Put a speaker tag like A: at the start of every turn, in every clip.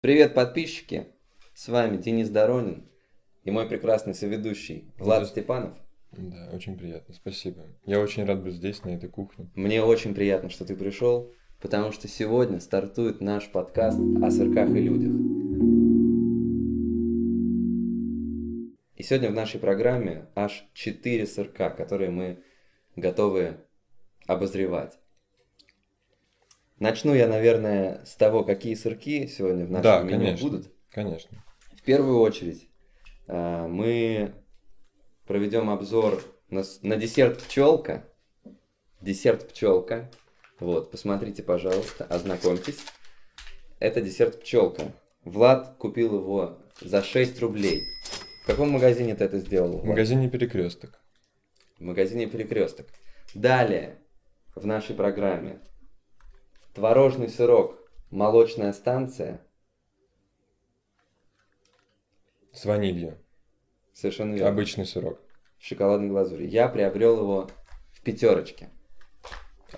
A: Привет, подписчики! С вами Денис Доронин и мой прекрасный соведущий Влад
B: Здравствуйте.
A: Степанов.
B: Да, очень приятно, спасибо. Я очень рад быть здесь, на этой кухне.
A: Мне очень приятно, что ты пришел, потому что сегодня стартует наш подкаст о сырках и людях. И сегодня в нашей программе аж 4 сырка, которые мы готовы обозревать. Начну я, наверное, с того, какие сырки сегодня в нашем
B: да,
A: меню
B: конечно.
A: будут.
B: Конечно.
A: В первую очередь э, мы проведем обзор на, с- на десерт пчелка. Десерт пчелка. Вот, посмотрите, пожалуйста, ознакомьтесь. Это десерт пчелка. Влад купил его за 6 рублей. В каком магазине ты это сделал?
B: В
A: Влад?
B: магазине перекресток.
A: в магазине Перекресток. Далее в нашей программе творожный сырок, молочная станция.
B: С ванилью.
A: Совершенно верно.
B: Обычный сырок.
A: в шоколадной глазури. Я приобрел его в пятерочке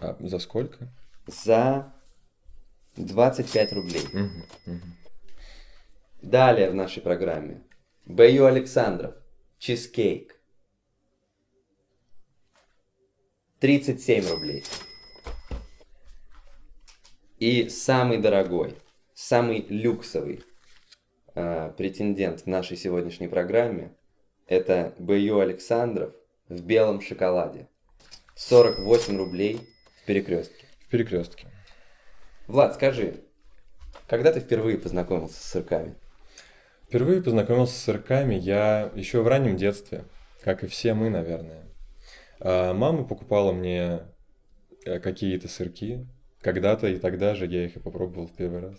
B: А за сколько?
A: за 25 рублей.
B: Мгм, мгм.
A: Далее в нашей программе Б.Ю. Александров. Чизкейк. 37 рублей. И самый дорогой, самый люксовый э, претендент в нашей сегодняшней программе это Б.Ю. Александров в белом шоколаде. 48 рублей в перекрестке.
B: В перекрестке.
A: Влад, скажи, когда ты впервые познакомился с сырками?
B: Впервые познакомился с сырками я еще в раннем детстве, как и все мы, наверное. А, Мама покупала мне э, какие-то сырки когда-то, и тогда же я их и попробовал в первый раз.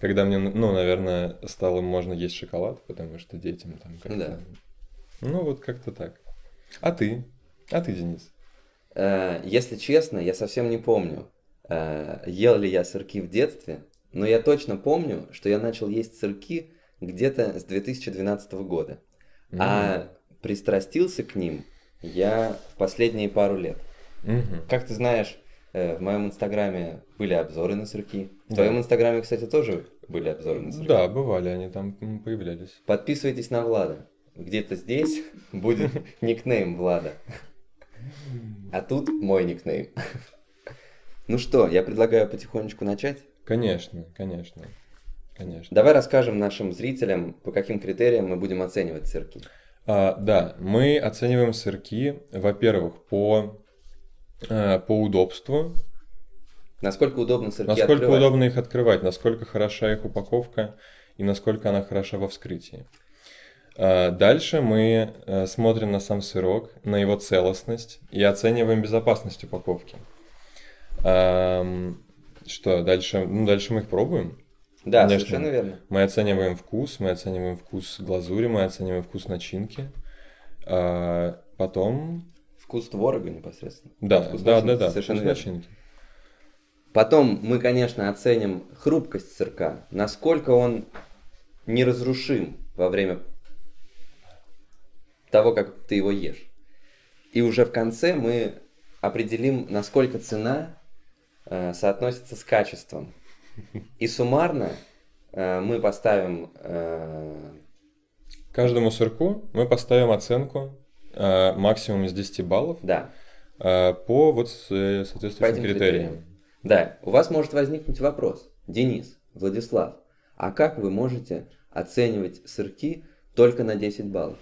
B: Когда мне, ну, наверное, стало можно есть шоколад, потому что детям там как-то...
A: Да.
B: Ну, вот как-то так. А ты? А ты, Денис?
A: Э, Если честно, я совсем не помню, э, ел ли я сырки в детстве, но я точно помню, что я начал есть сырки где-то с 2012 года. А пристрастился к ним я в последние пару лет.
B: М. Мгм.
A: Как ты знаешь, э, в моем инстаграме были обзоры на сырки. В
B: Да.
A: твоем инстаграме, кстати, тоже были обзоры на сырки.
B: Да, бывали они там, м, появлялись.
A: Подписывайтесь на Влада. Где-то здесь будет никнейм Влада. А тут мой никнейм. Ну что, я предлагаю потихонечку начать.
B: Конечно, конечно, конечно.
A: Давай расскажем нашим зрителям, по каким критериям мы будем оценивать цирки.
B: А, да, мы оцениваем сырки, во-первых, по, э, по удобству,
A: Насколько удобно сырки
B: насколько
A: открывать?
B: удобно их открывать, насколько хороша их упаковка и насколько она хороша во вскрытии. А, дальше мы э, смотрим на сам сырок, на его целостность и оцениваем безопасность упаковки. Ам, что дальше? Ну, дальше мы их пробуем.
A: Да,
B: Конечно.
A: совершенно верно.
B: Мы оцениваем вкус, мы оцениваем вкус глазури, мы оцениваем вкус начинки. А, потом
A: Вкус творога непосредственно.
B: Да,
A: Вкус
B: да,
A: начинки,
B: да, да.
A: Совершенно
B: вкус
A: верно.
B: начинки.
A: Потом мы, конечно, оценим хрупкость сырка, насколько он неразрушим во время того, как ты его ешь. И уже в конце мы определим, насколько цена э, соотносится с качеством. И суммарно э, мы поставим э,
B: Каждому сырку мы поставим оценку э, максимум из 10 баллов
A: да,
B: э, по вот с- э,
A: По
B: соответствующим
A: этим
B: критериям.
A: Да, у вас может возникнуть вопрос. Денис, Владислав, а как вы можете оценивать сырки только на 10 баллов?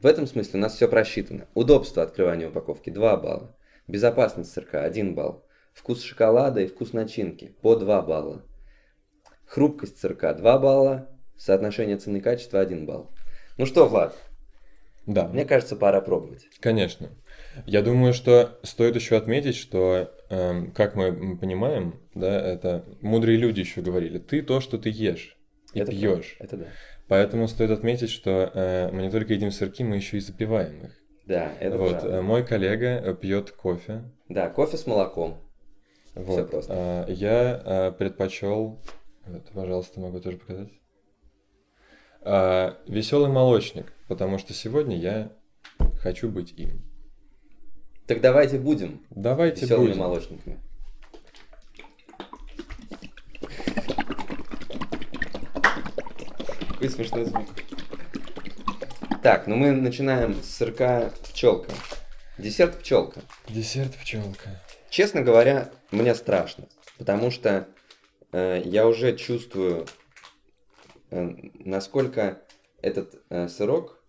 A: В этом смысле у нас все просчитано. Удобство открывания упаковки 2 балла. Безопасность сырка 1 балл. Вкус шоколада и вкус начинки по 2 балла. Хрупкость сырка 2 балла. Соотношение цены и качества 1 балл. Ну что, Влад,
B: Да,
A: мне кажется, пора пробовать.
B: конечно. Я думаю, что стоит еще отметить, что, эм, как мы м, понимаем, да, это мудрые люди еще говорили, ты то, что ты ешь и
A: Это
B: пьешь.
A: Это да.
B: Поэтому стоит отметить, что э, мы не только едим сырки, мы еще и запиваем их.
A: Да, это
B: вот,
A: правда.
B: э, мой коллега э, пьет кофе,
A: Да, кофе с молоком. Всё
B: Вот.
A: просто.
B: а, я а, предпочел. Вот, пожалуйста, могу тоже показать. веселый молочник, потому что сегодня я хочу быть им.
A: Так давайте будем.
B: Давайте
A: веселыми
B: будем.
A: молочниками. Какой смешной звук. Так, ну мы начинаем с сырка пчелка. Десерт пчелка.
B: Десерт пчелка.
A: Честно говоря, мне страшно, потому что э, я уже чувствую, э, насколько этот э, сырок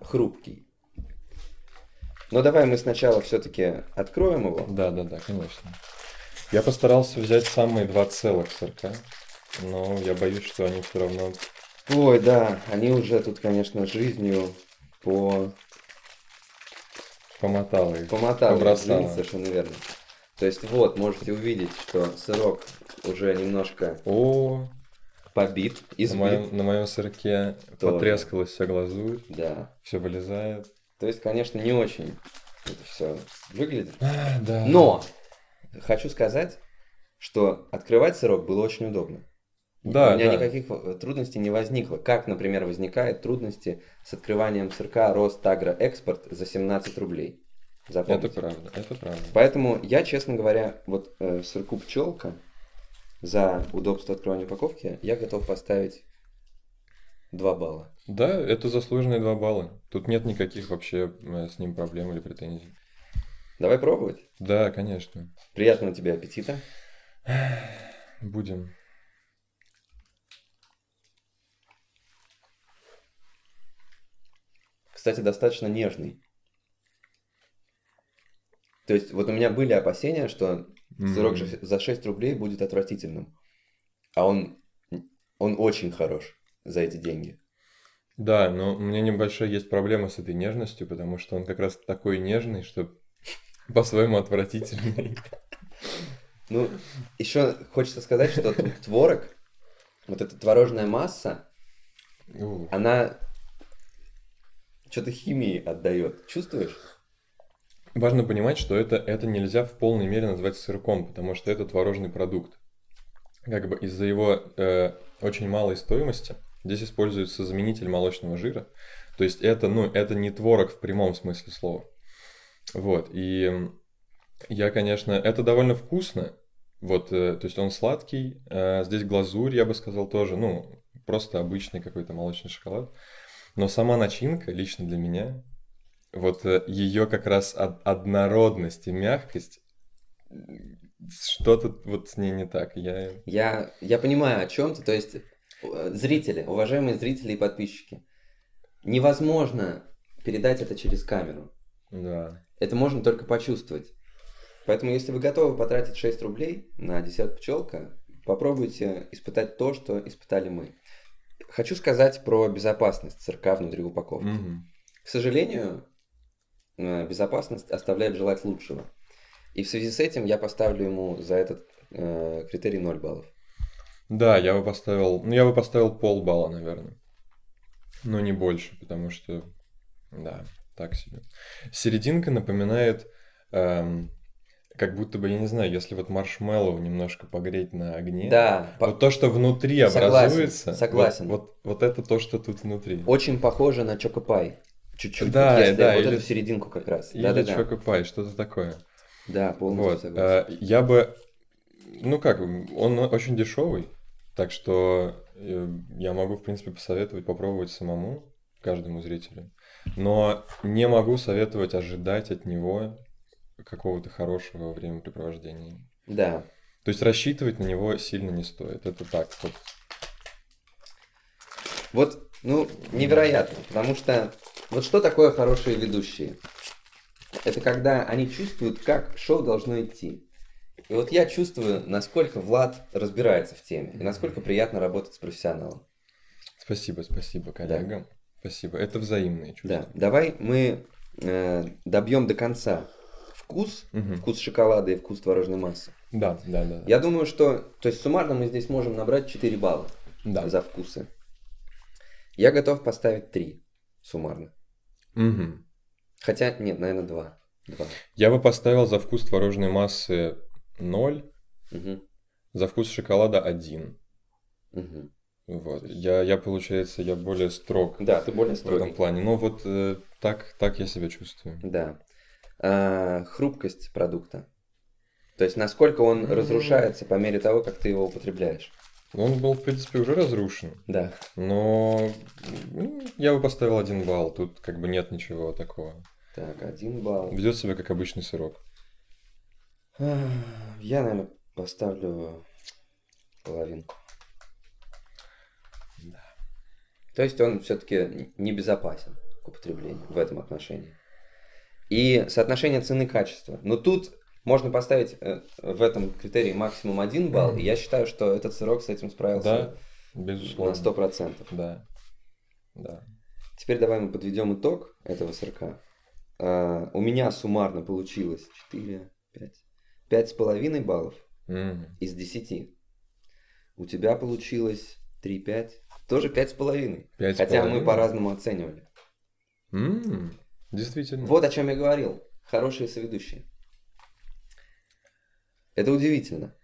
A: хрупкий. Но давай мы сначала все-таки откроем его.
B: Да, да, да, конечно. Я постарался взять самые два целых сырка, но я боюсь, что они все равно...
A: Ой, да, они уже тут, конечно, жизнью по
B: Помотало их.
A: помотал,
B: побросало.
A: совершенно верно. То есть вот, можете увидеть, что сырок уже немножко
B: О,
A: побит,
B: на
A: избит.
B: моем, на моем сырке
A: Тоже.
B: потрескалась вся глазурь,
A: Да.
B: все вылезает.
A: То есть, конечно, не очень это все выглядит.
B: А, да.
A: Но хочу сказать, что открывать сырок было очень удобно. У
B: Да,
A: меня
B: да.
A: никаких э, трудностей не возникло. Как, например, возникают трудности с открыванием сырка Ростагроэкспорт за 17 рублей. Запомните.
B: Это правда, это правда.
A: Поэтому я, честно говоря, вот э, сырку пчелка за удобство открывания упаковки я готов поставить 2 балла.
B: Да, это заслуженные два балла. Тут нет никаких вообще э, с ним проблем или претензий.
A: Давай пробовать.
B: Да, конечно.
A: Приятного тебе аппетита.
B: Будем.
A: Кстати, достаточно нежный. То есть вот у меня были опасения, что
B: М,
A: сырок же за 6 рублей будет отвратительным. А он, он очень хорош за эти деньги.
B: Да, но у меня небольшая есть проблема с этой нежностью, потому что он как раз такой нежный, что по-своему отвратительный.
A: Ну, еще хочется сказать, что тут творог, вот эта творожная масса,
B: У,
A: она что-то химии отдает. Чувствуешь?
B: Важно понимать, что это, это нельзя в полной мере назвать сырком, потому что это творожный продукт. Как бы из-за его э, очень малой стоимости здесь используется заменитель молочного жира. То есть это, ну, это не творог в прямом смысле слова. Вот, и м, я, конечно, это довольно вкусно. Вот, э, то есть он сладкий, э, здесь глазурь, я бы сказал, тоже, ну, просто обычный какой-то молочный шоколад. Но сама начинка, лично для меня, вот ее как раз од- однородность и мягкость, м, что-то вот с ней не так. Я...
A: Я, я понимаю, о чем ты. То есть, э, зрители, уважаемые зрители и подписчики, невозможно передать это через камеру.
B: Да.
A: Это можно только почувствовать. Поэтому, если вы готовы потратить 6 рублей на десерт пчелка, попробуйте испытать то, что испытали мы. Хочу сказать про безопасность сырка внутри упаковки.
B: Мгм.
A: К сожалению, э, безопасность оставляет желать лучшего. И в связи с этим я поставлю ему за этот э, критерий 0 баллов.
B: Да, я бы поставил, ну я бы поставил полбалла, наверное. Но не больше, потому что, да, так себе. Серединка напоминает, эм, как будто бы, я не знаю, если вот маршмеллоу немножко погреть на огне.
A: Да, по-
B: Вот то, что внутри
A: Согласен,
B: образуется, вот-
A: согласен.
B: Вот, вот это то, что тут внутри.
A: очень похоже на чокопай. Чуть-чуть,
B: Да,
A: вот если
B: да,
A: вот
B: или-
A: эту серединку как раз.
B: Или
A: Да-да-да.
B: Choco Pie, что-то такое.
A: Да, полностью
B: Вот,
A: согласен.
B: э, я бы, ну как, он очень дешевый, так что э, я могу, в принципе, посоветовать попробовать самому, каждому зрителю. Но не могу советовать ожидать от него какого-то хорошего времяпрепровождения.
A: Да.
B: То есть рассчитывать на него сильно не стоит. Это так. вот.
A: Вот, ну, невероятно, потому что вот что такое хорошие ведущие? Это когда они чувствуют, как шоу должно идти. И вот я чувствую, насколько Влад разбирается в теме, и насколько приятно работать с профессионалом.
B: Спасибо, спасибо коллегам. Спасибо. Это взаимные
A: Да,
B: чувства.
A: давай мы э, добьем до конца вкус,
B: Мгм.
A: вкус шоколада и вкус творожной массы.
B: Да, да, да.
A: Я думаю, что, то есть суммарно мы здесь можем набрать 4 балла
B: Да.
A: за вкусы. Я готов поставить 3 суммарно.
B: Мгм.
A: Хотя, нет, наверное, 2. 2.
B: Я бы поставил за вкус творожной массы 0, за вкус шоколада 1. Вот. Я, я, получается, я более строг
A: Да, ты более
B: в этом
A: строгий.
B: плане. Но вот э, так, так я себя чувствую.
A: Да. А, хрупкость продукта. То есть, насколько он
B: М.
A: разрушается по мере того, как ты его употребляешь.
B: Он был, в принципе, уже разрушен.
A: Да.
B: Но ну, я бы поставил один балл. Тут как бы нет ничего такого.
A: Так, один балл.
B: Ведет себя как обычный сырок.
A: Ах, Я, наверное, поставлю половинку. То есть он все-таки небезопасен к употреблению в этом отношении. И соотношение цены и качества. Но тут можно поставить э, в этом критерии максимум один балл. И я считаю, что этот сырок с этим
B: Да,
A: справился
B: безусловно.
A: на 100%.
B: Да. Да.
A: Теперь давай мы подведем итог этого сырка. Э, У меня суммарно получилось 4, 5, 5,5 баллов.
B: М.
A: из 10. У тебя получилось 3-5, тоже 5,5.
B: Пять с
A: Хотя мы
B: половиной.
A: по-разному оценивали.
B: М, Действительно.
A: Вот о чем я говорил. Хорошие соведущие. Это удивительно.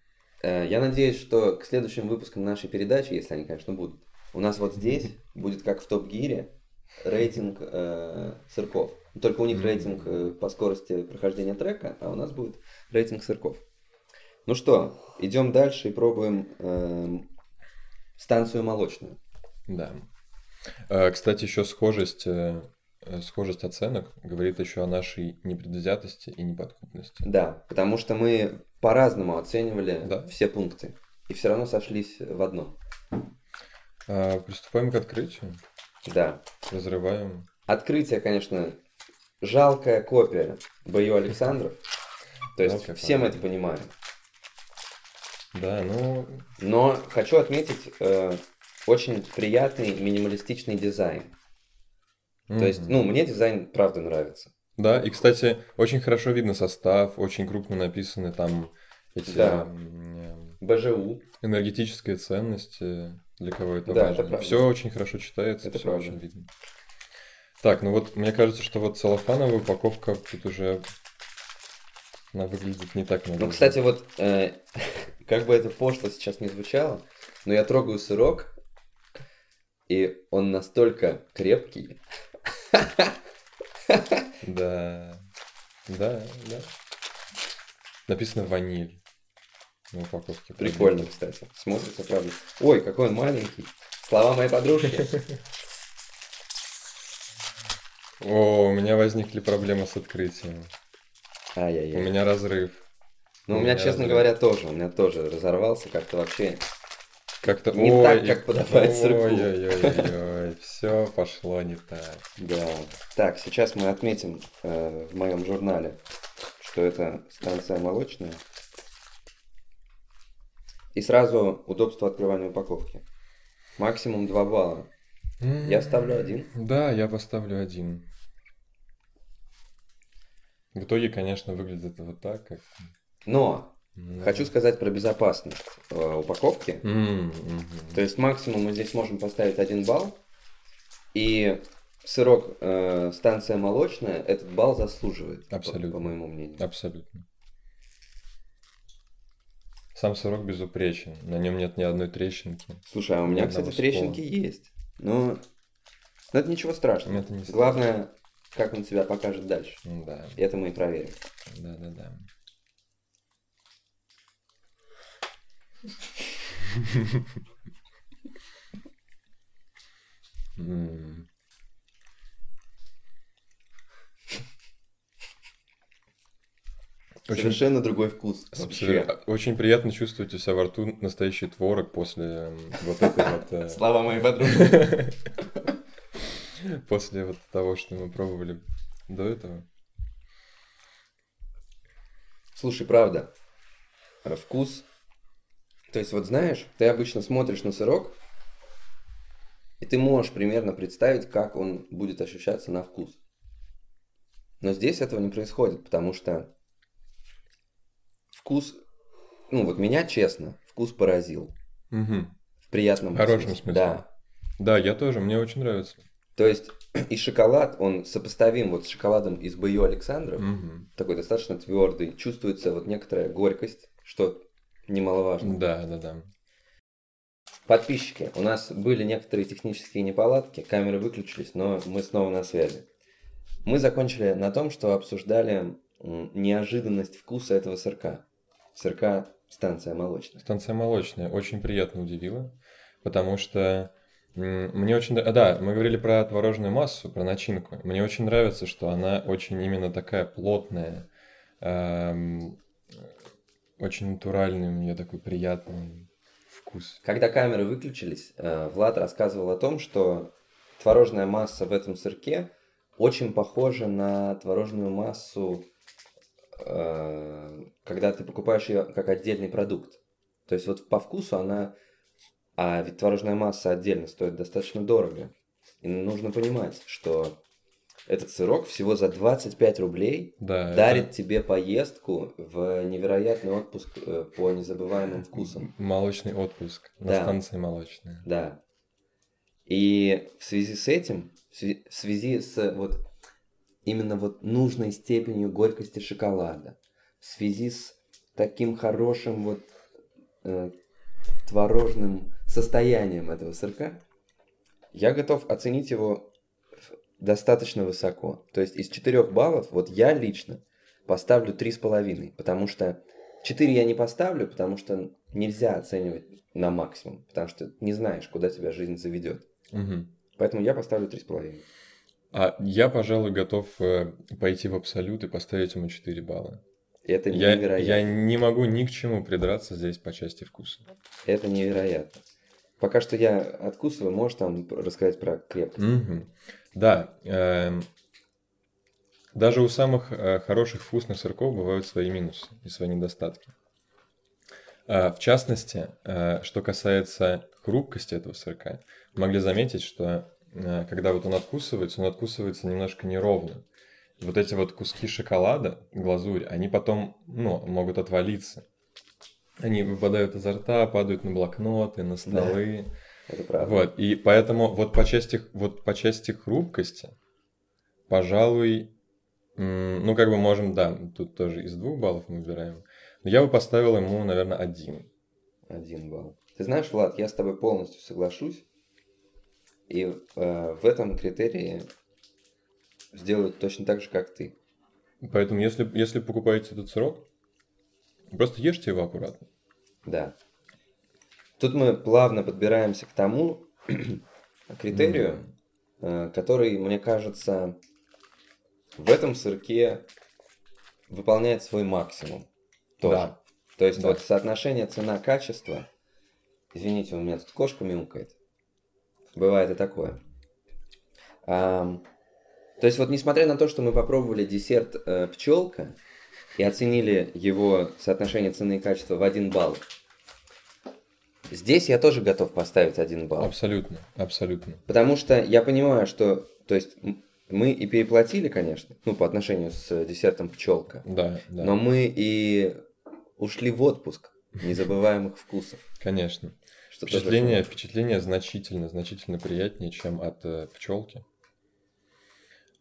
A: Э, Я надеюсь, что к следующим выпускам нашей передачи, если они, конечно, будут, у нас вот здесь будет, как в Топ Гире, рейтинг э, сырков. Только у них
B: Мгм.
A: рейтинг э, по скорости прохождения трека, а у нас будет рейтинг сырков. Ну что, идем дальше и пробуем эм, станцию молочную.
B: Да. Э, Кстати, еще схожесть, э, э, схожесть оценок говорит еще о нашей непредвзятости и неподкупности.
A: Да, потому что мы по-разному оценивали
B: Да.
A: все пункты. И все равно сошлись в одном.
B: А, Приступаем к открытию.
A: Да.
B: Разрываем.
A: Открытие, конечно, жалкая копия бою Александров. То есть
B: Жалкая
A: все мы
B: копия.
A: это понимаем.
B: Да, ну,
A: Но хочу отметить э, очень приятный минималистичный дизайн. То есть,
B: мгм.
A: ну, мне дизайн правда нравится.
B: Да, и, кстати, очень хорошо видно состав, очень крупно написаны там эти
A: Да.
B: м, м,
A: БЖУ.
B: энергетические ценности, для кого это
A: Да, это
B: важно.
A: правда.
B: Все очень хорошо читается,
A: Это
B: все
A: правда.
B: очень видно. Так, ну вот, мне кажется, что вот целлофановая упаковка тут уже... Она выглядит не так надежно.
A: Ну, кстати, вот, э, как бы это пошло сейчас не звучало, но я трогаю сырок, и он настолько крепкий.
B: Да. Да, да. Написано ваниль на упаковке.
A: Прикольно, кстати. Смотрится, правда. Ой, какой он маленький. Слова моей подружки.
B: О, у меня возникли проблемы с открытием. У
A: Ай-яй-яй.
B: меня разрыв.
A: Ну, у
B: у
A: меня,
B: меня
A: честно
B: разрыв.
A: говоря, тоже. У меня тоже разорвался как-то вообще.
B: Как-то...
A: Не
B: ой,
A: так, как подобает сырку.
B: Ой-ой-ой, все пошло не так.
A: Да. Так, сейчас мы отметим э, в моем журнале, что это станция молочная. И сразу удобство открывания упаковки. Максимум 2 балла.
B: М,
A: Я ставлю один.
B: Да, я поставлю один. В итоге, конечно, выглядит вот так, как...
A: Но
B: ну.
A: хочу сказать про безопасность э, упаковки.
B: М, мгм.
A: То есть максимум мы здесь можем поставить 1 балл. И сырок э, станция молочная этот балл заслуживает. по-
B: Абсолютно.
A: По, моему мнению.
B: Абсолютно. Сам сырок безупречен, на нем нет ни одной трещинки.
A: Слушай, а у меня,
B: Ни одного
A: кстати, трещинки есть. Но... но это ничего страшного.
B: Но Это не
A: Главное, как он себя покажет дальше.
B: страшно. Да,
A: И Это мы и проверим.
B: да, да, да. М. Очень
A: Совершенно другой вкус.
B: Вообще,
A: Вообще.
B: Очень приятно чувствовать у себя во рту настоящий творог после м, вот этой вот... э,
A: Слова моей подружки.
B: После вот того, что мы пробовали до этого.
A: Слушай, правда, э, вкус. То есть, вот знаешь, ты обычно смотришь на сырок, и ты можешь примерно представить, как он будет ощущаться на вкус. Но здесь этого не происходит, потому что вкус, ну вот меня, честно, вкус поразил.
B: Мгм.
A: В приятном
B: В хорошем смысле.
A: Да.
B: Да, я тоже, мне очень нравится.
A: То есть и шоколад, он сопоставим вот с шоколадом из Бою Александров.
B: Мгм.
A: Такой достаточно твердый. Чувствуется вот некоторая горькость, что немаловажно.
B: Да, да, да.
A: Подписчики, у нас были некоторые технические неполадки, камеры выключились, но мы снова на связи. Мы закончили на том, что обсуждали м, неожиданность вкуса этого сырка. Сырка Станция молочная.
B: Станция молочная очень приятно удивила, потому что м, мне очень... да- а, Да, мы говорили про творожную массу, про начинку. Мне очень нравится, что она очень именно такая плотная, эм, очень натуральный, у нее такой приятный вкус.
A: Когда камеры выключились, э, Влад рассказывал о том, что творожная масса в этом сырке очень похожа на творожную массу, э, когда ты покупаешь ее как отдельный продукт. То есть вот по вкусу она... А ведь творожная масса отдельно стоит достаточно дорого. И нужно понимать, что этот сырок всего за 25 рублей
B: Да, это-
A: дарит тебе поездку в невероятный отпуск э, по незабываемым вкусам.
B: Молочный отпуск на
A: Да.
B: станции молочная.
A: Да. И в связи с этим, в связи- в связи с вот именно вот нужной степенью горькости шоколада, в связи с таким хорошим вот э, творожным состоянием этого сырка, я готов оценить его в- достаточно высоко. То есть из 4 баллов, вот я лично поставлю 3,5, потому что 4 я не поставлю, потому что нельзя оценивать на максимум, потому что не знаешь, куда тебя жизнь заведет.
B: Мгм.
A: Поэтому я поставлю 3,5.
B: А я, пожалуй, готов э, пойти в абсолют и поставить ему 4 балла.
A: И Это
B: Я,
A: невероятно.
B: я не могу ни к чему придраться здесь по части вкуса.
A: Это невероятно. Пока что я откусываю, можешь там рассказать про крепкость.
B: Мгм. Да. эм, даже у самых э, хороших вкусных сырков бывают свои минусы и свои недостатки. А, в частности, э, что касается хрупкости этого сырка, мы могли заметить, что э, когда вот он откусывается, он откусывается немножко неровно. Вот эти вот куски шоколада, глазурь, они потом ну, могут отвалиться. Они выпадают изо рта, падают на блокноты, на столы.
A: Это правда.
B: Вот, и поэтому вот по части, вот по части хрупкости, пожалуй, м, ну, как бы можем, да, тут тоже из двух баллов мы выбираем. Но я бы поставил ему, наверное, один.
A: Один балл. Ты знаешь, Влад, я с тобой полностью соглашусь. И э, в этом критерии сделают точно так же, как ты.
B: Поэтому, если, если покупаете этот сырок, просто ешьте его аккуратно.
A: Да. Тут мы плавно подбираемся к тому критерию, э, который, мне кажется, в этом сырке выполняет свой максимум. Тоже.
B: Да.
A: То есть
B: Да.
A: вот соотношение цена-качество. Извините, у меня тут кошка мяукает. Бывает и такое. Ам, то есть вот несмотря на то, что мы попробовали десерт пчелка и оценили его соотношение цены и качества в один балл, здесь я тоже готов поставить один балл.
B: Абсолютно, абсолютно.
A: Потому что я понимаю, что, то есть м- мы и переплатили, конечно, ну по отношению с э, десертом пчелка,
B: Да, да,
A: но мы и ушли в отпуск незабываемых вкусов.
B: конечно.
A: Что тоже
B: Впечатление, впечатление значительно, значительно приятнее, чем от пчелки.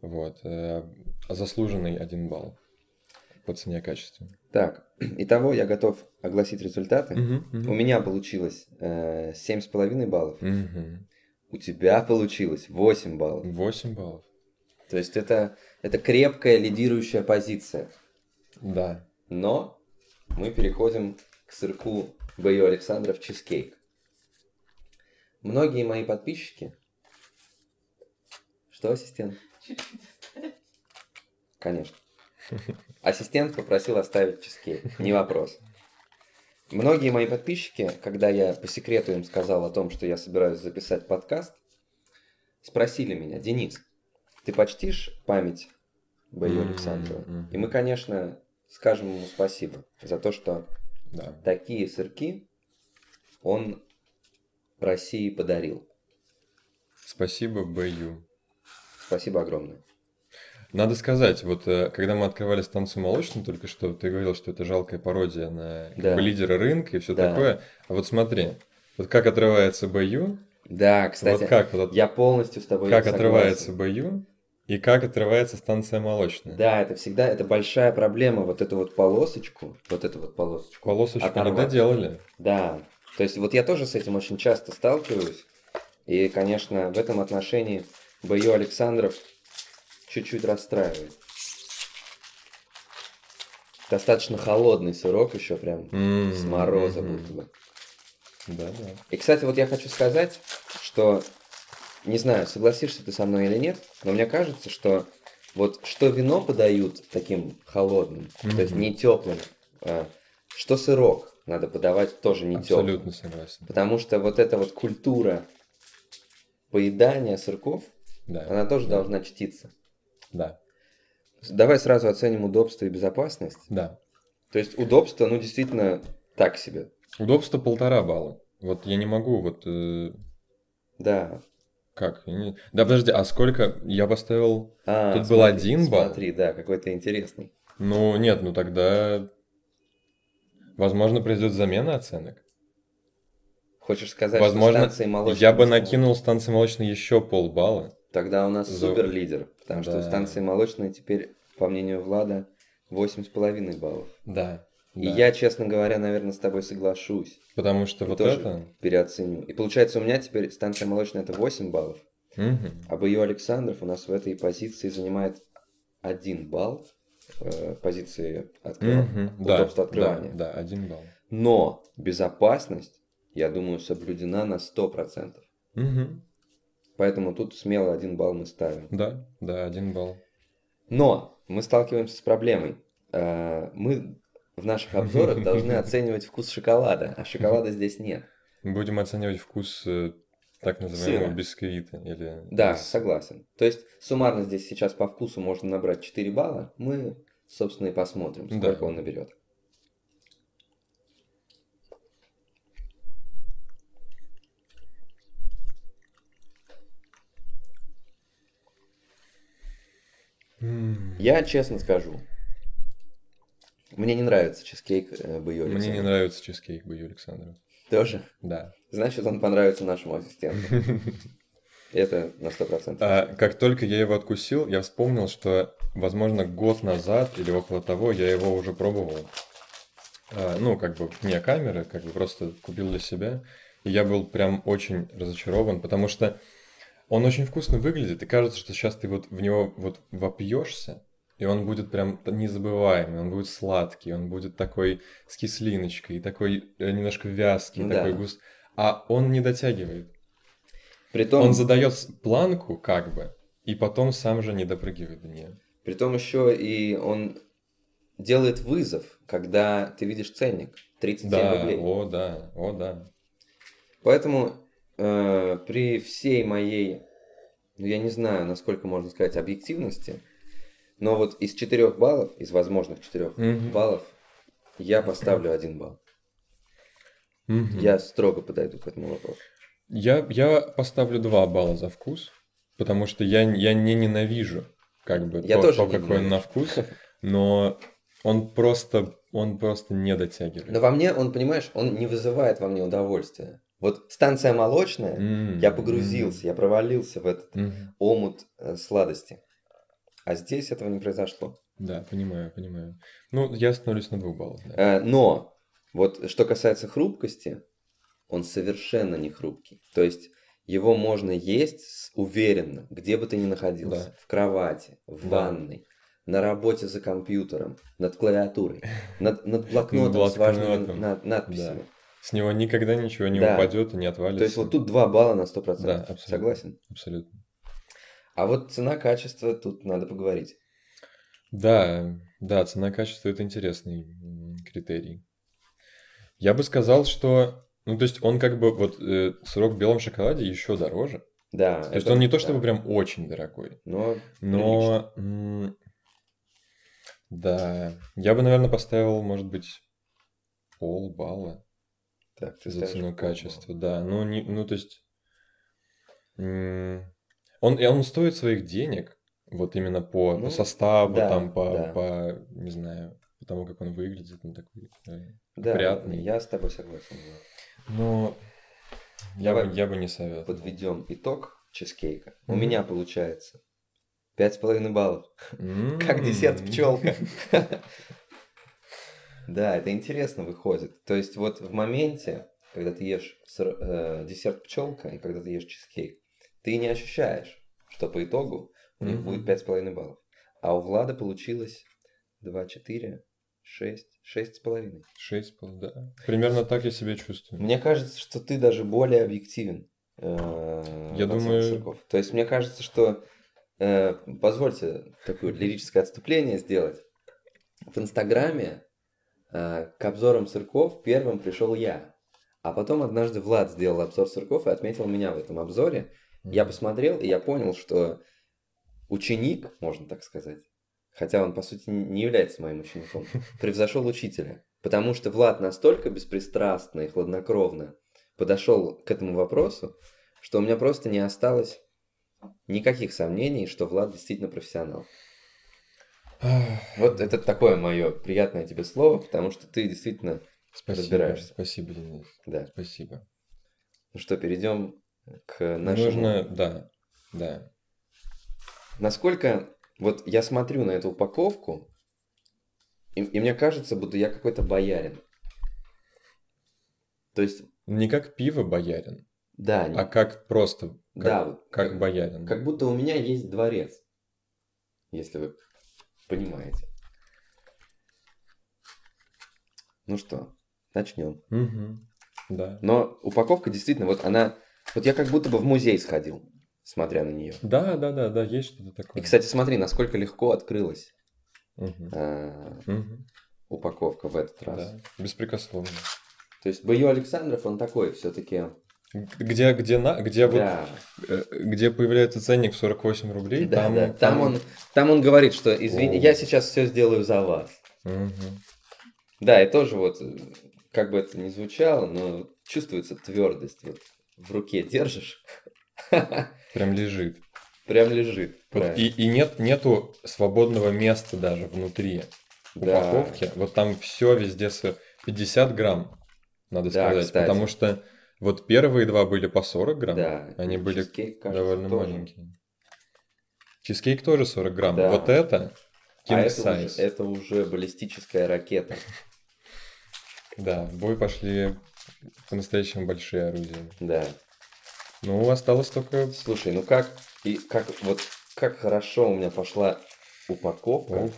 B: Вот. э, заслуженный один балл по цене качеству.
A: очень- Так, итого я готов огласить результаты. У меня получилось э, 7,5 баллов,
B: Мгм.
A: у тебя получилось 8 баллов.
B: Восемь баллов.
A: То есть это, это крепкая лидирующая позиция.
B: Да.
A: Но мы переходим к сырку Б.Ю. Александров Чизкейк. Многие мои подписчики... Что, ассистент? Конечно. Ассистент попросил оставить чизкейк. Не вопрос. Многие мои подписчики, когда я по секрету им сказал о том, что я собираюсь записать подкаст, спросили меня, Денис, ты почтишь память Бою
B: Мгм,
A: Александрова?
B: мгм.
A: И мы, конечно, скажем ему спасибо за то, что
B: Да.
A: такие сырки он России подарил.
B: Спасибо, Б.Ю.
A: Спасибо огромное.
B: Надо сказать, вот э, когда мы открывали станцию молочную только что, ты говорил, что это жалкая пародия на как
A: Да.
B: бы, лидера рынка и все
A: Да.
B: такое. А вот смотри, вот как отрывается Б.Ю.,
A: Да, кстати,
B: вот как вот от-
A: я полностью с тобой
B: как
A: согласен.
B: отрывается Б.Ю. и как отрывается станция молочная.
A: Да, это всегда, это большая проблема, вот эту вот полосочку, вот эту вот полосочку.
B: Колосочку не
A: Оторваться.
B: доделали.
A: Да, то есть вот я тоже с этим очень часто сталкиваюсь, и, конечно, в этом отношении Бою Александров чуть-чуть расстраивает. достаточно холодный сырок еще прям
B: М,
A: с мороза
B: мгм.
A: будто бы.
B: Да-да.
A: И, кстати, вот я хочу сказать, что, не знаю, согласишься ты со мной или нет, но мне кажется, что вот что вино подают таким холодным,
B: Мгм.
A: то есть не теплым, что сырок надо подавать тоже не теплым.
B: Абсолютно согласен.
A: Потому что вот эта вот культура поедания сырков,
B: Да.
A: она тоже
B: да.
A: должна чтиться.
B: Да.
A: Давай сразу оценим удобство и безопасность.
B: Да.
A: То есть удобство, ну, действительно, так себе.
B: Удобство полтора балла. Вот я не могу, вот э,
A: Да.
B: как? Я не- Да подожди, а сколько я поставил?
A: А,
B: Тут был один балл?
A: Смотри, да, какой-то интересный.
B: Ну нет, ну тогда, возможно, произойдет замена оценок.
A: Хочешь сказать,
B: Возможно,
A: что станции молочной
B: я бы
A: не
B: накинул станции молочной еще полбалла.
A: смогут? Тогда у нас
B: За-
A: супер лидер, потому что у
B: Да.
A: станции молочной теперь, по мнению Влада, восемь с половиной баллов.
B: Да.
A: И я, честно говоря, наверное, с тобой соглашусь.
B: Потому что
A: И
B: вот
A: тоже
B: это.
A: переоценю. И получается, у меня теперь станция молочная это 8 баллов,
B: Мгм.
A: а ее Александров у нас в этой позиции занимает 1 балл э, позиции открыва-
B: Мгм. Да,
A: удобства
B: да,
A: открывания.
B: да, один балл.
A: Но безопасность, я думаю, соблюдена на 100%.
B: Мгм.
A: Поэтому тут смело один балл мы ставим.
B: Да, да, один балл.
A: Но мы сталкиваемся с проблемой. Э, Мы в наших обзорах должны оценивать вкус шоколада, а шоколада здесь нет.
B: Будем оценивать вкус э, так называемого
A: Сыра.
B: бисквита или
A: Да,
B: с-
A: согласен. То есть суммарно здесь сейчас по вкусу можно набрать 4 балла. Мы, собственно, и посмотрим,
B: Да.
A: сколько он наберет.
B: М.
A: Я честно скажу, мне не нравится чизкейк э, Б.Ю.
B: Мне не
A: Александра.
B: нравится чизкейк Бою Александров.
A: Тоже?
B: Да.
A: Значит, он понравится нашему ассистенту. Это на 100%.
B: А как только я его откусил, я вспомнил, что, возможно, год назад или около того я его уже пробовал. А, ну, как бы вне камеры, как бы просто купил для себя. И я был прям очень разочарован, потому что он очень вкусно выглядит, и кажется, что сейчас ты вот в него вот вопьешься, и он будет прям т- незабываемый, он будет сладкий, он будет такой с кислиночкой, такой э, немножко вязкий,
A: Ну
B: такой
A: да.
B: густ. А он не дотягивает.
A: Притом,
B: Он задает с- планку, как бы, и потом сам же не допрыгивает до нее.
A: Притом еще и он делает вызов, когда ты видишь ценник 37
B: Да,
A: рублей.
B: о да, о да.
A: Поэтому э, при всей моей, ну я не знаю, насколько можно сказать, объективности, но вот из 4 баллов, из возможных 4
B: Мгм.
A: баллов, я поставлю 1 балл.
B: Мгм.
A: Я строго подойду к этому вопросу.
B: Я, я поставлю 2 балла за вкус, потому что я, н- я не ненавижу, как бы,
A: Я
B: то,
A: тоже
B: то,
A: не
B: какой он на вкус, но он просто, он просто не дотягивает.
A: Но во мне, он, понимаешь, он не вызывает во мне удовольствия. Вот станция молочная,
B: М,
A: Ну, я погрузился, я провалился в этот
B: м, мгм.
A: омут э, сладости. А здесь этого не произошло.
B: Да, понимаю, понимаю. Ну, я становлюсь на 2 баллах.
A: Э,
B: да.
A: Но вот что касается хрупкости, он совершенно не хрупкий. То есть его можно есть с- уверенно, где бы ты ни находился.
B: Да.
A: В кровати, в
B: Да.
A: ванной, на работе за компьютером, над клавиатурой, над, над блокнотом с
B: блокнотом.
A: важными на- надписями.
B: С него никогда ничего не
A: Да.
B: упадет и не отвалится.
A: То есть вот тут 2 балла на 100%.
B: Да, абсолютно.
A: Согласен?
B: Абсолютно.
A: А вот цена-качество тут надо поговорить.
B: Да, да, цена-качество это интересный м, критерий. Я бы сказал, что, ну то есть он как бы вот э, сырок в белом шоколаде еще дороже.
A: А, Да.
B: То есть он не то чтобы прям очень дорогой,
A: Но
B: но м, да, я бы наверное поставил, может быть, полбалла
A: так, ты
B: за
A: ставишь
B: цену
A: полбалла.
B: качества. Да, ну не, ну то есть м, он и он стоит своих денег. Вот именно по, по
A: Ну,
B: составу,
A: да,
B: там, по,
A: да.
B: по, не знаю, по тому, как он выглядит, он такой. э.
A: Да,
B: Приятный.
A: я с тобой согласен. да.
B: Но я
A: Давай
B: бы, я бы не советовал.
A: подведем итог чизкейка. У
B: Мгм.
A: меня получается пять с половиной баллов.
B: М,
A: Как десерт пчелка. Да, это интересно выходит. То есть вот в моменте, когда ты ешь сыр- э, десерт пчелка и когда ты ешь чизкейк, ты не ощущаешь, что по итогу у них
B: Мгм.
A: будет пять с половиной баллов. А у Влада получилось 2, 4, шесть, шесть с половиной.
B: Шесть, пол- да. Примерно так я себя чувствую.
A: Мне кажется, что ты даже более объективен. э,
B: Я
A: в оценке
B: думаю-
A: Сурков. То есть мне кажется, что э, позвольте такое лирическое отступление сделать. В Инстаграме э, к обзорам сырков первым пришел я. А потом однажды Влад сделал обзор сырков и отметил меня в этом обзоре. Ну, Я посмотрел, и я понял, что ученик, можно так сказать, хотя он, по сути, не является моим учеником, превзошел учителя. Потому что Влад настолько беспристрастно и хладнокровно подошел к этому вопросу, что у меня просто не осталось никаких сомнений, что Влад действительно профессионал.
B: Ах,
A: Вот это такое мое приятное тебе слово, потому что ты действительно,
B: Спасибо.
A: Разбираешься.
B: Спасибо, Денис.
A: да.
B: Спасибо.
A: Ну что, перейдем к нашему...
B: Нужно, да, да.
A: Насколько вот я смотрю на эту упаковку, и, и мне кажется, будто я какой-то боярин. То есть,
B: Не как пиво боярин,
A: да, не-
B: а как просто, как,
A: да, вот э,
B: как боярин.
A: как будто у меня есть дворец, если вы понимаете. Ну что, начнем.
B: Мгм. Да.
A: Но упаковка действительно, вот она, вот я как будто бы в музей сходил, смотря на нее.
B: Да, да, да, да, есть что-то такое.
A: И, кстати, смотри, насколько легко открылась
B: Мгм.
A: э,
B: Мгм.
A: упаковка в этот раз.
B: Да, беспрекословно.
A: То есть Бою Александров, он такой все-таки.
B: Где, где, на, где вот
A: Да,
B: Э, где появляется ценник в 48 рублей,
A: да,
B: там,
A: да. Там он, там он говорит, что извини,
B: О.
A: я сейчас все сделаю за вас.
B: Мгм.
A: Да, и тоже вот, э, как бы это ни звучало, но чувствуется твердость. Вот в руке держишь,
B: прям лежит.
A: прям лежит.
B: Вот
A: Правильно.
B: и и нет, нету свободного места даже внутри
A: Да.
B: упаковки. Вот там все везде с 50 грамм, надо
A: Да,
B: сказать.
A: кстати.
B: Потому что вот первые два были по 40 грамм,
A: Да.
B: они
A: и
B: были
A: чизкейк, кажется,
B: довольно
A: тоже.
B: маленькие. Чизкейк тоже 40 грамм.
A: Да.
B: Вот это
A: А
B: king
A: это
B: size.
A: уже, это уже баллистическая ракета.
B: Да, в бой пошли по-настоящему большие орудия.
A: Да.
B: Ну, осталось только...
A: Слушай, ну как и как вот как хорошо у меня пошла упаковка.
B: Ух,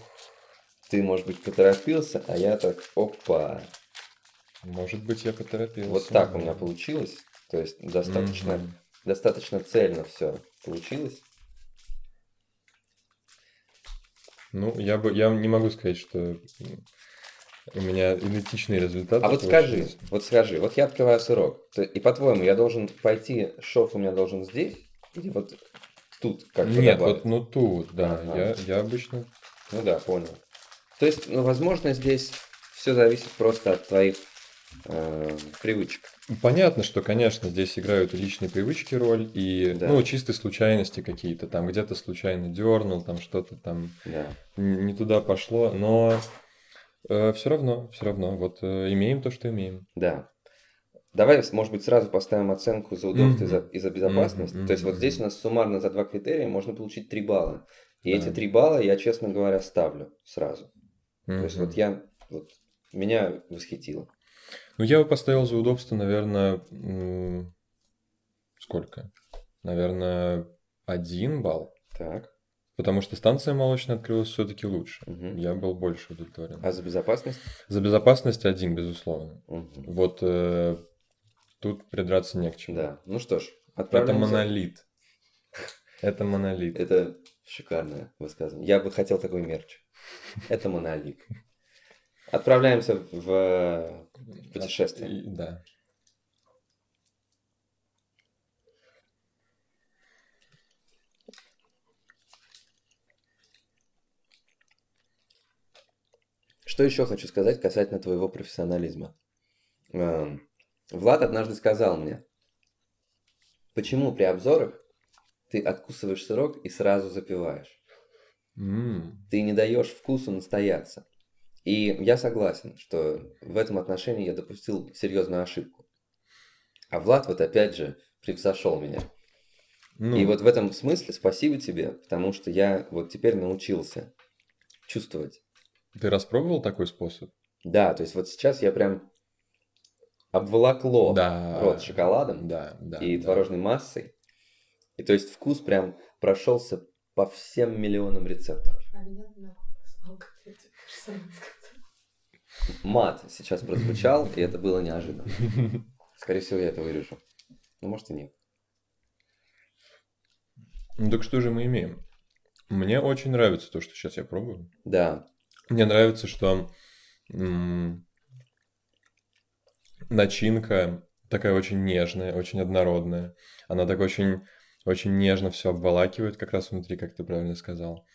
A: Ты, может быть, поторопился, а я так, опа.
B: может быть, я поторопился.
A: Вот так у меня получилось. То есть достаточно,
B: Мгм.
A: достаточно цельно все получилось.
B: Ну, я бы, я не могу сказать, что м, у меня идентичный результат.
A: А вот скажи, вот скажи, вот я открываю сырок, то- и по-твоему, я должен пойти, шов у меня должен здесь, или вот тут как-то
B: Нет,
A: добавить?
B: вот ну тут, да,
A: Ага.
B: я, я обычно...
A: Ну да, понял. То есть, ну, возможно, здесь все зависит просто от твоих э, привычек.
B: Понятно, что, конечно, здесь играют и личные привычки роль, и,
A: Да.
B: ну, чистые случайности какие-то, там, где-то случайно дернул, там, что-то там
A: Да.
B: н- не туда пошло, но все равно, все равно, вот э, имеем то, что имеем.
A: Да. Давай, с- может быть, сразу поставим оценку за удобство и, за,
B: Мгм.
A: и за безопасность.
B: Мгм,
A: То есть вот
B: мгм,
A: здесь у нас суммарно за два критерия можно получить три балла. И
B: Да.
A: эти три балла я, честно говоря, ставлю сразу. То есть
B: Мгм.
A: вот я, вот, меня восхитило.
B: Ну, я бы поставил за удобство, наверное, м, сколько? Наверное, один балл.
A: Так.
B: Потому что станция молочная открылась все-таки лучше.
A: мгм.
B: Я был больше удовлетворен.
A: А за безопасность?
B: За безопасность один, безусловно.
A: Мгм.
B: Вот э, тут придраться не к чему.
A: Да. Ну что ж,
B: Это
A: отправляемся.
B: монолит. Это монолит.
A: Это шикарное высказывание. Я бы хотел такой мерч. Это монолит. Отправляемся в в путешествие.
B: И- Да.
A: Что еще хочу сказать касательно твоего профессионализма. Эм, Влад однажды сказал мне, почему при обзорах ты откусываешь сырок и сразу запиваешь?
B: М,
A: Ты не даешь вкусу настояться. И я согласен, что в этом отношении я допустил серьезную ошибку. А Влад вот опять же превзошел меня.
B: ну,
A: И вот в этом смысле спасибо тебе, потому что я вот теперь научился чувствовать
B: Ты распробовал такой способ?
A: Да, то есть вот сейчас я прям обволокло
B: да.
A: рот шоколадом
B: Да, да.
A: и
B: да.
A: творожной массой. И то есть вкус прям прошелся по всем миллионам рецепторов.
C: А меня нахуй послал, как я тебе сам сказал.
A: мат сейчас прозвучал, и это было неожиданно. Скорее всего, я это вырежу. Ну, может и нет.
B: Ну так что же мы имеем? Мне очень нравится то, что сейчас я пробую.
A: Да,
B: Мне нравится, что м, начинка такая очень нежная, очень однородная. Она так очень, очень нежно все обволакивает, как раз внутри, как ты правильно сказал.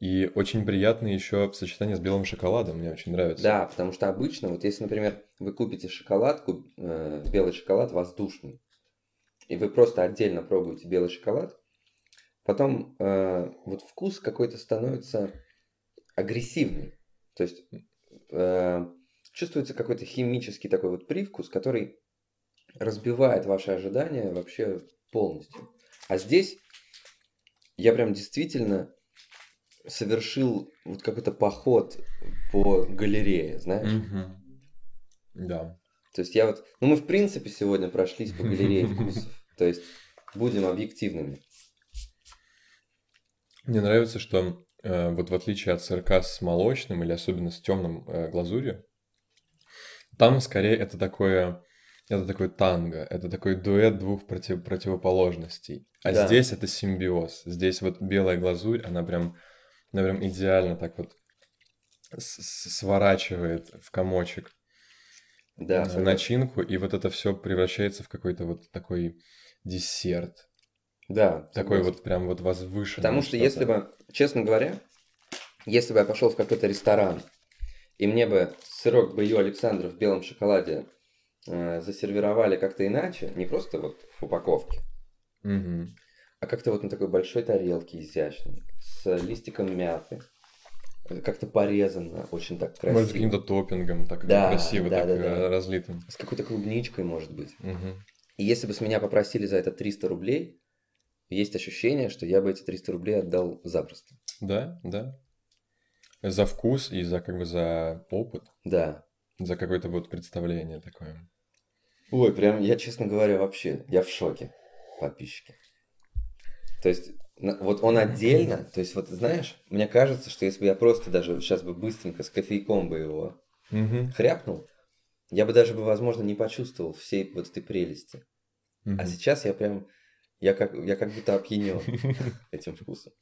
B: И очень приятно еще сочетание с белым шоколадом. Мне очень нравится.
A: да, потому что обычно, вот если, например, вы купите шоколадку, э, белый шоколад воздушный, и вы просто отдельно пробуете белый шоколад, потом э, вот вкус какой-то становится агрессивный. То есть э, чувствуется какой-то химический такой вот привкус, который разбивает ваши ожидания вообще полностью. А здесь я прям действительно совершил вот какой-то поход по галерее, знаешь?
B: Мгм. Да.
A: То есть я вот... Ну, мы, в принципе, сегодня прошлись по галерее вкусов. То есть будем объективными.
B: Мне нравится, что э, вот в отличие от сырка с молочным или особенно с темным э, глазурью, там скорее это такое, это такое танго, это такой дуэт двух против- противоположностей. А
A: Да.
B: здесь это симбиоз. Здесь вот белая глазурь, она прям, она прям идеально так вот с- с- сворачивает в комочек
A: Да,
B: э,
A: согласен.
B: начинку, и вот это все превращается в какой-то вот такой десерт.
A: да.
B: Такой
A: согласен.
B: вот прям вот возвышенный.
A: Потому что если бы, честно говоря, если бы я пошел в какой-то ресторан, и мне бы сырок бы ее Александра в белом шоколаде э, засервировали как-то иначе, не просто вот в упаковке,
B: Мгм.
A: а как-то вот на такой большой тарелке изящной, с листиком мяты, э, как-то порезано, очень так красиво.
B: Может, с каким-то топпингом, так
A: Да,
B: красиво,
A: да,
B: так
A: да,
B: э,
A: да.
B: разлитым.
A: С какой-то клубничкой, может быть.
B: Мгм.
A: И если бы с меня попросили за это 300 рублей, есть ощущение, что я бы эти 300 рублей отдал запросто.
B: Да, да. За вкус и за как бы за опыт,
A: Да.
B: за какое-то вот представление такое.
A: Ой, прям я, честно говоря, вообще, я в шоке, подписчики. То есть, на- вот он отдельно, то есть, вот знаешь, мне кажется, что если бы я просто даже сейчас бы быстренько с кофейком бы его
B: Мгм.
A: хряпнул, я бы даже бы, возможно, не почувствовал всей вот этой прелести.
B: Мгм.
A: А сейчас я прям, я как, я как будто опьянен этим вкусом.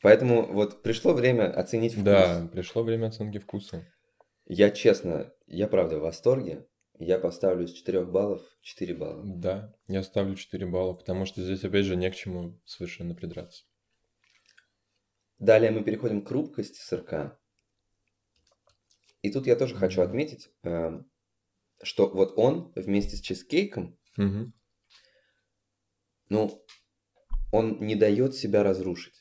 A: Поэтому вот пришло время оценить вкус.
B: Да, пришло время оценки вкуса.
A: Я честно, я правда в восторге. Я поставлю с 4 баллов 4 балла.
B: Да, я ставлю 4 балла, потому что здесь, опять же, не к чему совершенно придраться.
A: Далее мы переходим к рубкости сырка. И тут я тоже хочу отметить, эм, что вот он вместе с чизкейком,
B: Мгм.
A: ну, он не дает себя разрушить.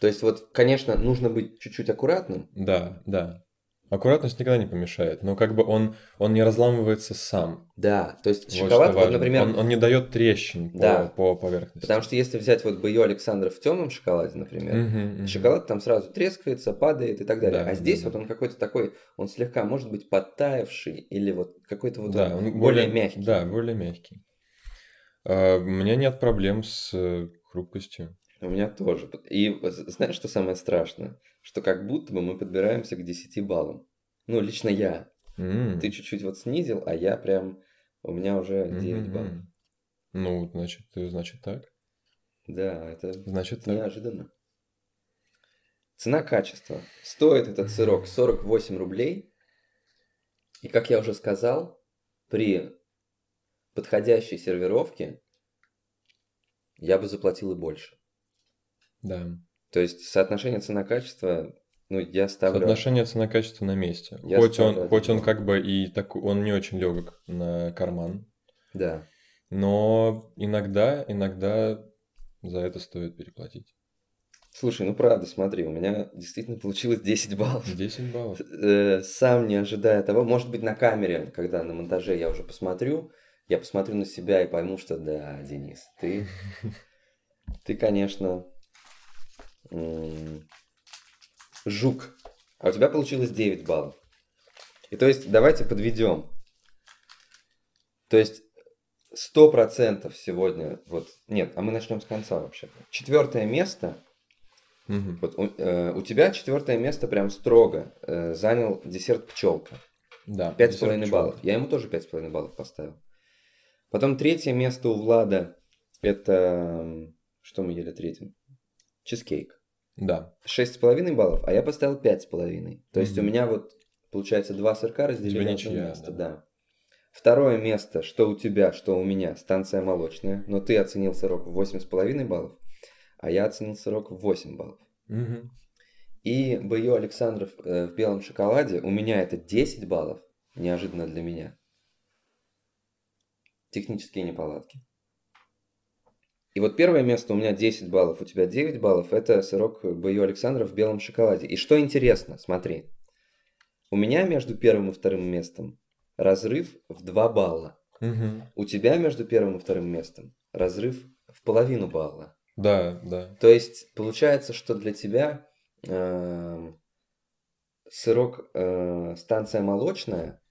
A: То есть вот, конечно, нужно быть чуть-чуть аккуратным.
B: Да, да. Аккуратность никогда не помешает, но как бы он, он не разламывается сам.
A: Да, то есть
B: Вот что
A: шоколад, вот,
B: важно.
A: например,
B: он, он не дает трещин по,
A: Да.
B: по поверхности.
A: потому что если взять вот бы ее Александра в темном шоколаде, например,
B: Мгм, мгм.
A: Шоколад там сразу трескается, падает и так далее.
B: Да,
A: а здесь
B: да, да.
A: вот он какой-то такой, он слегка, может быть, подтаявший или вот какой-то вот
B: да,
A: он
B: он
A: более мягкий.
B: Да, более мягкий. А, У меня нет проблем с э, хрупкостью.
A: У меня тоже. И вот знаешь, что самое страшное? Что как будто бы мы подбираемся к 10 баллам. Ну, лично я.
B: М.
A: Ты чуть-чуть вот снизил, а я прям... У меня уже 9
B: Мгм.
A: баллов.
B: Ну, значит, э, значит так.
A: Да, это
B: Значит так.
A: неожиданно. Цена-качество. Стоит этот сырок 48 рублей. И, как я уже сказал, при подходящей сервировке я бы заплатил и больше.
B: Да.
A: То есть соотношение цена-качество, ну, я ставлю...
B: Соотношение цена-качество на месте.
A: Я
B: хоть
A: ставлю
B: он,
A: один
B: хоть он
A: балл.
B: как бы и так, он не очень легок на карман,
A: Да.
B: но иногда, иногда за это стоит переплатить.
A: Слушай, ну правда, смотри, у меня действительно получилось 10 баллов.
B: 10 баллов.
A: Э, Сам не ожидая того. Может быть, на камере, когда на монтаже я уже посмотрю, я посмотрю на себя и пойму, что да, Денис, ты, ты, конечно, м, жук. А у тебя получилось 9 баллов. И то есть, давайте подведем. То есть, 100% сегодня, вот, нет, а мы начнем с конца вообще. Четвертое место
B: Мгм.
A: Вот у, э, у тебя четвертое место прям строго э, занял десерт пчелка.
B: Да.
A: Пять с
B: десерт
A: половиной
B: пчёлка.
A: баллов. Я ему тоже пять с половиной баллов поставил. Потом третье место у Влада. Это... м, Что мы ели третьим? Чизкейк.
B: Да.
A: Шесть с половиной баллов, а я поставил пять с половиной. То есть у
B: Мгм.
A: меня вот, получается, два сырка разделили на одно
B: ничья,
A: место.
B: да.
A: Да. Второе место, что у тебя, что у меня, станция молочная. Но ты оценил сырок в восемь с половиной баллов, а я оценил сырок в восемь баллов.
B: Мгм.
A: И Бою Александров э, в белом шоколаде у меня это 10 баллов, неожиданно для меня. Технические неполадки. И вот первое место у меня 10 баллов, у тебя 9 баллов. Это сырок Бою Александров в белом шоколаде. И что интересно, смотри. У меня между первым и вторым местом разрыв в 2 балла.
B: Мгм.
A: У тебя между первым и вторым местом разрыв в половину балла.
B: Да, да.
A: То есть получается, что для тебя эм, сырок э, станция молочная,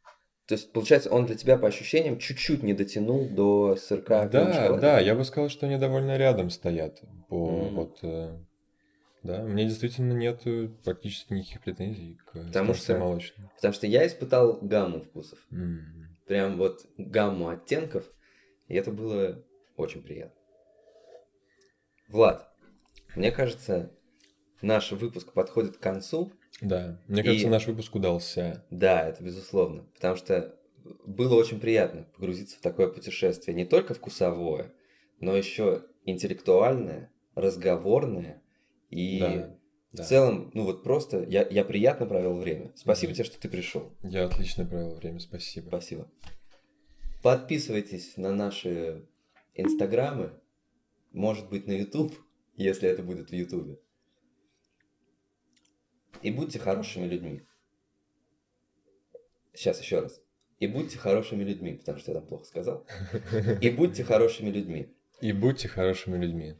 A: то есть получается, он для тебя по ощущениям чуть-чуть не дотянул до сырка. белого
B: да,
A: шоколада.
B: да, я бы сказал, что они довольно рядом стоят. По,
A: Мгм.
B: вот, э, да, мне действительно нет практически никаких претензий к
A: Потому
B: станции
A: что-
B: молочной.
A: Потому что я испытал гамму вкусов,
B: М.
A: прям вот гамму оттенков, и это было очень приятно. Влад, мне кажется, наш выпуск подходит к концу.
B: Да, мне
A: И-
B: кажется, наш выпуск удался.
A: Да, это безусловно, потому что было очень приятно погрузиться в такое путешествие, не только вкусовое, но еще интеллектуальное, разговорное и
B: Да, да.
A: в целом, ну вот просто я, я приятно провел время. Спасибо
B: Мгм.
A: тебе, что ты пришел.
B: Я отлично провел время, спасибо.
A: Спасибо. Подписывайтесь на наши инстаграмы, может быть на YouTube, если это будет в Ютубе. И будьте хорошими людьми. Сейчас еще раз. И будьте хорошими людьми, потому что я там плохо сказал. И будьте хорошими людьми.
B: И будьте хорошими людьми.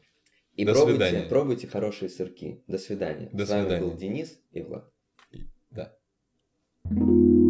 A: И
B: До
A: пробуйте,
B: свидания.
A: пробуйте хорошие сырки. До свидания.
B: До
A: С вами
B: свидания.
A: был Денис и Влад.
B: Да.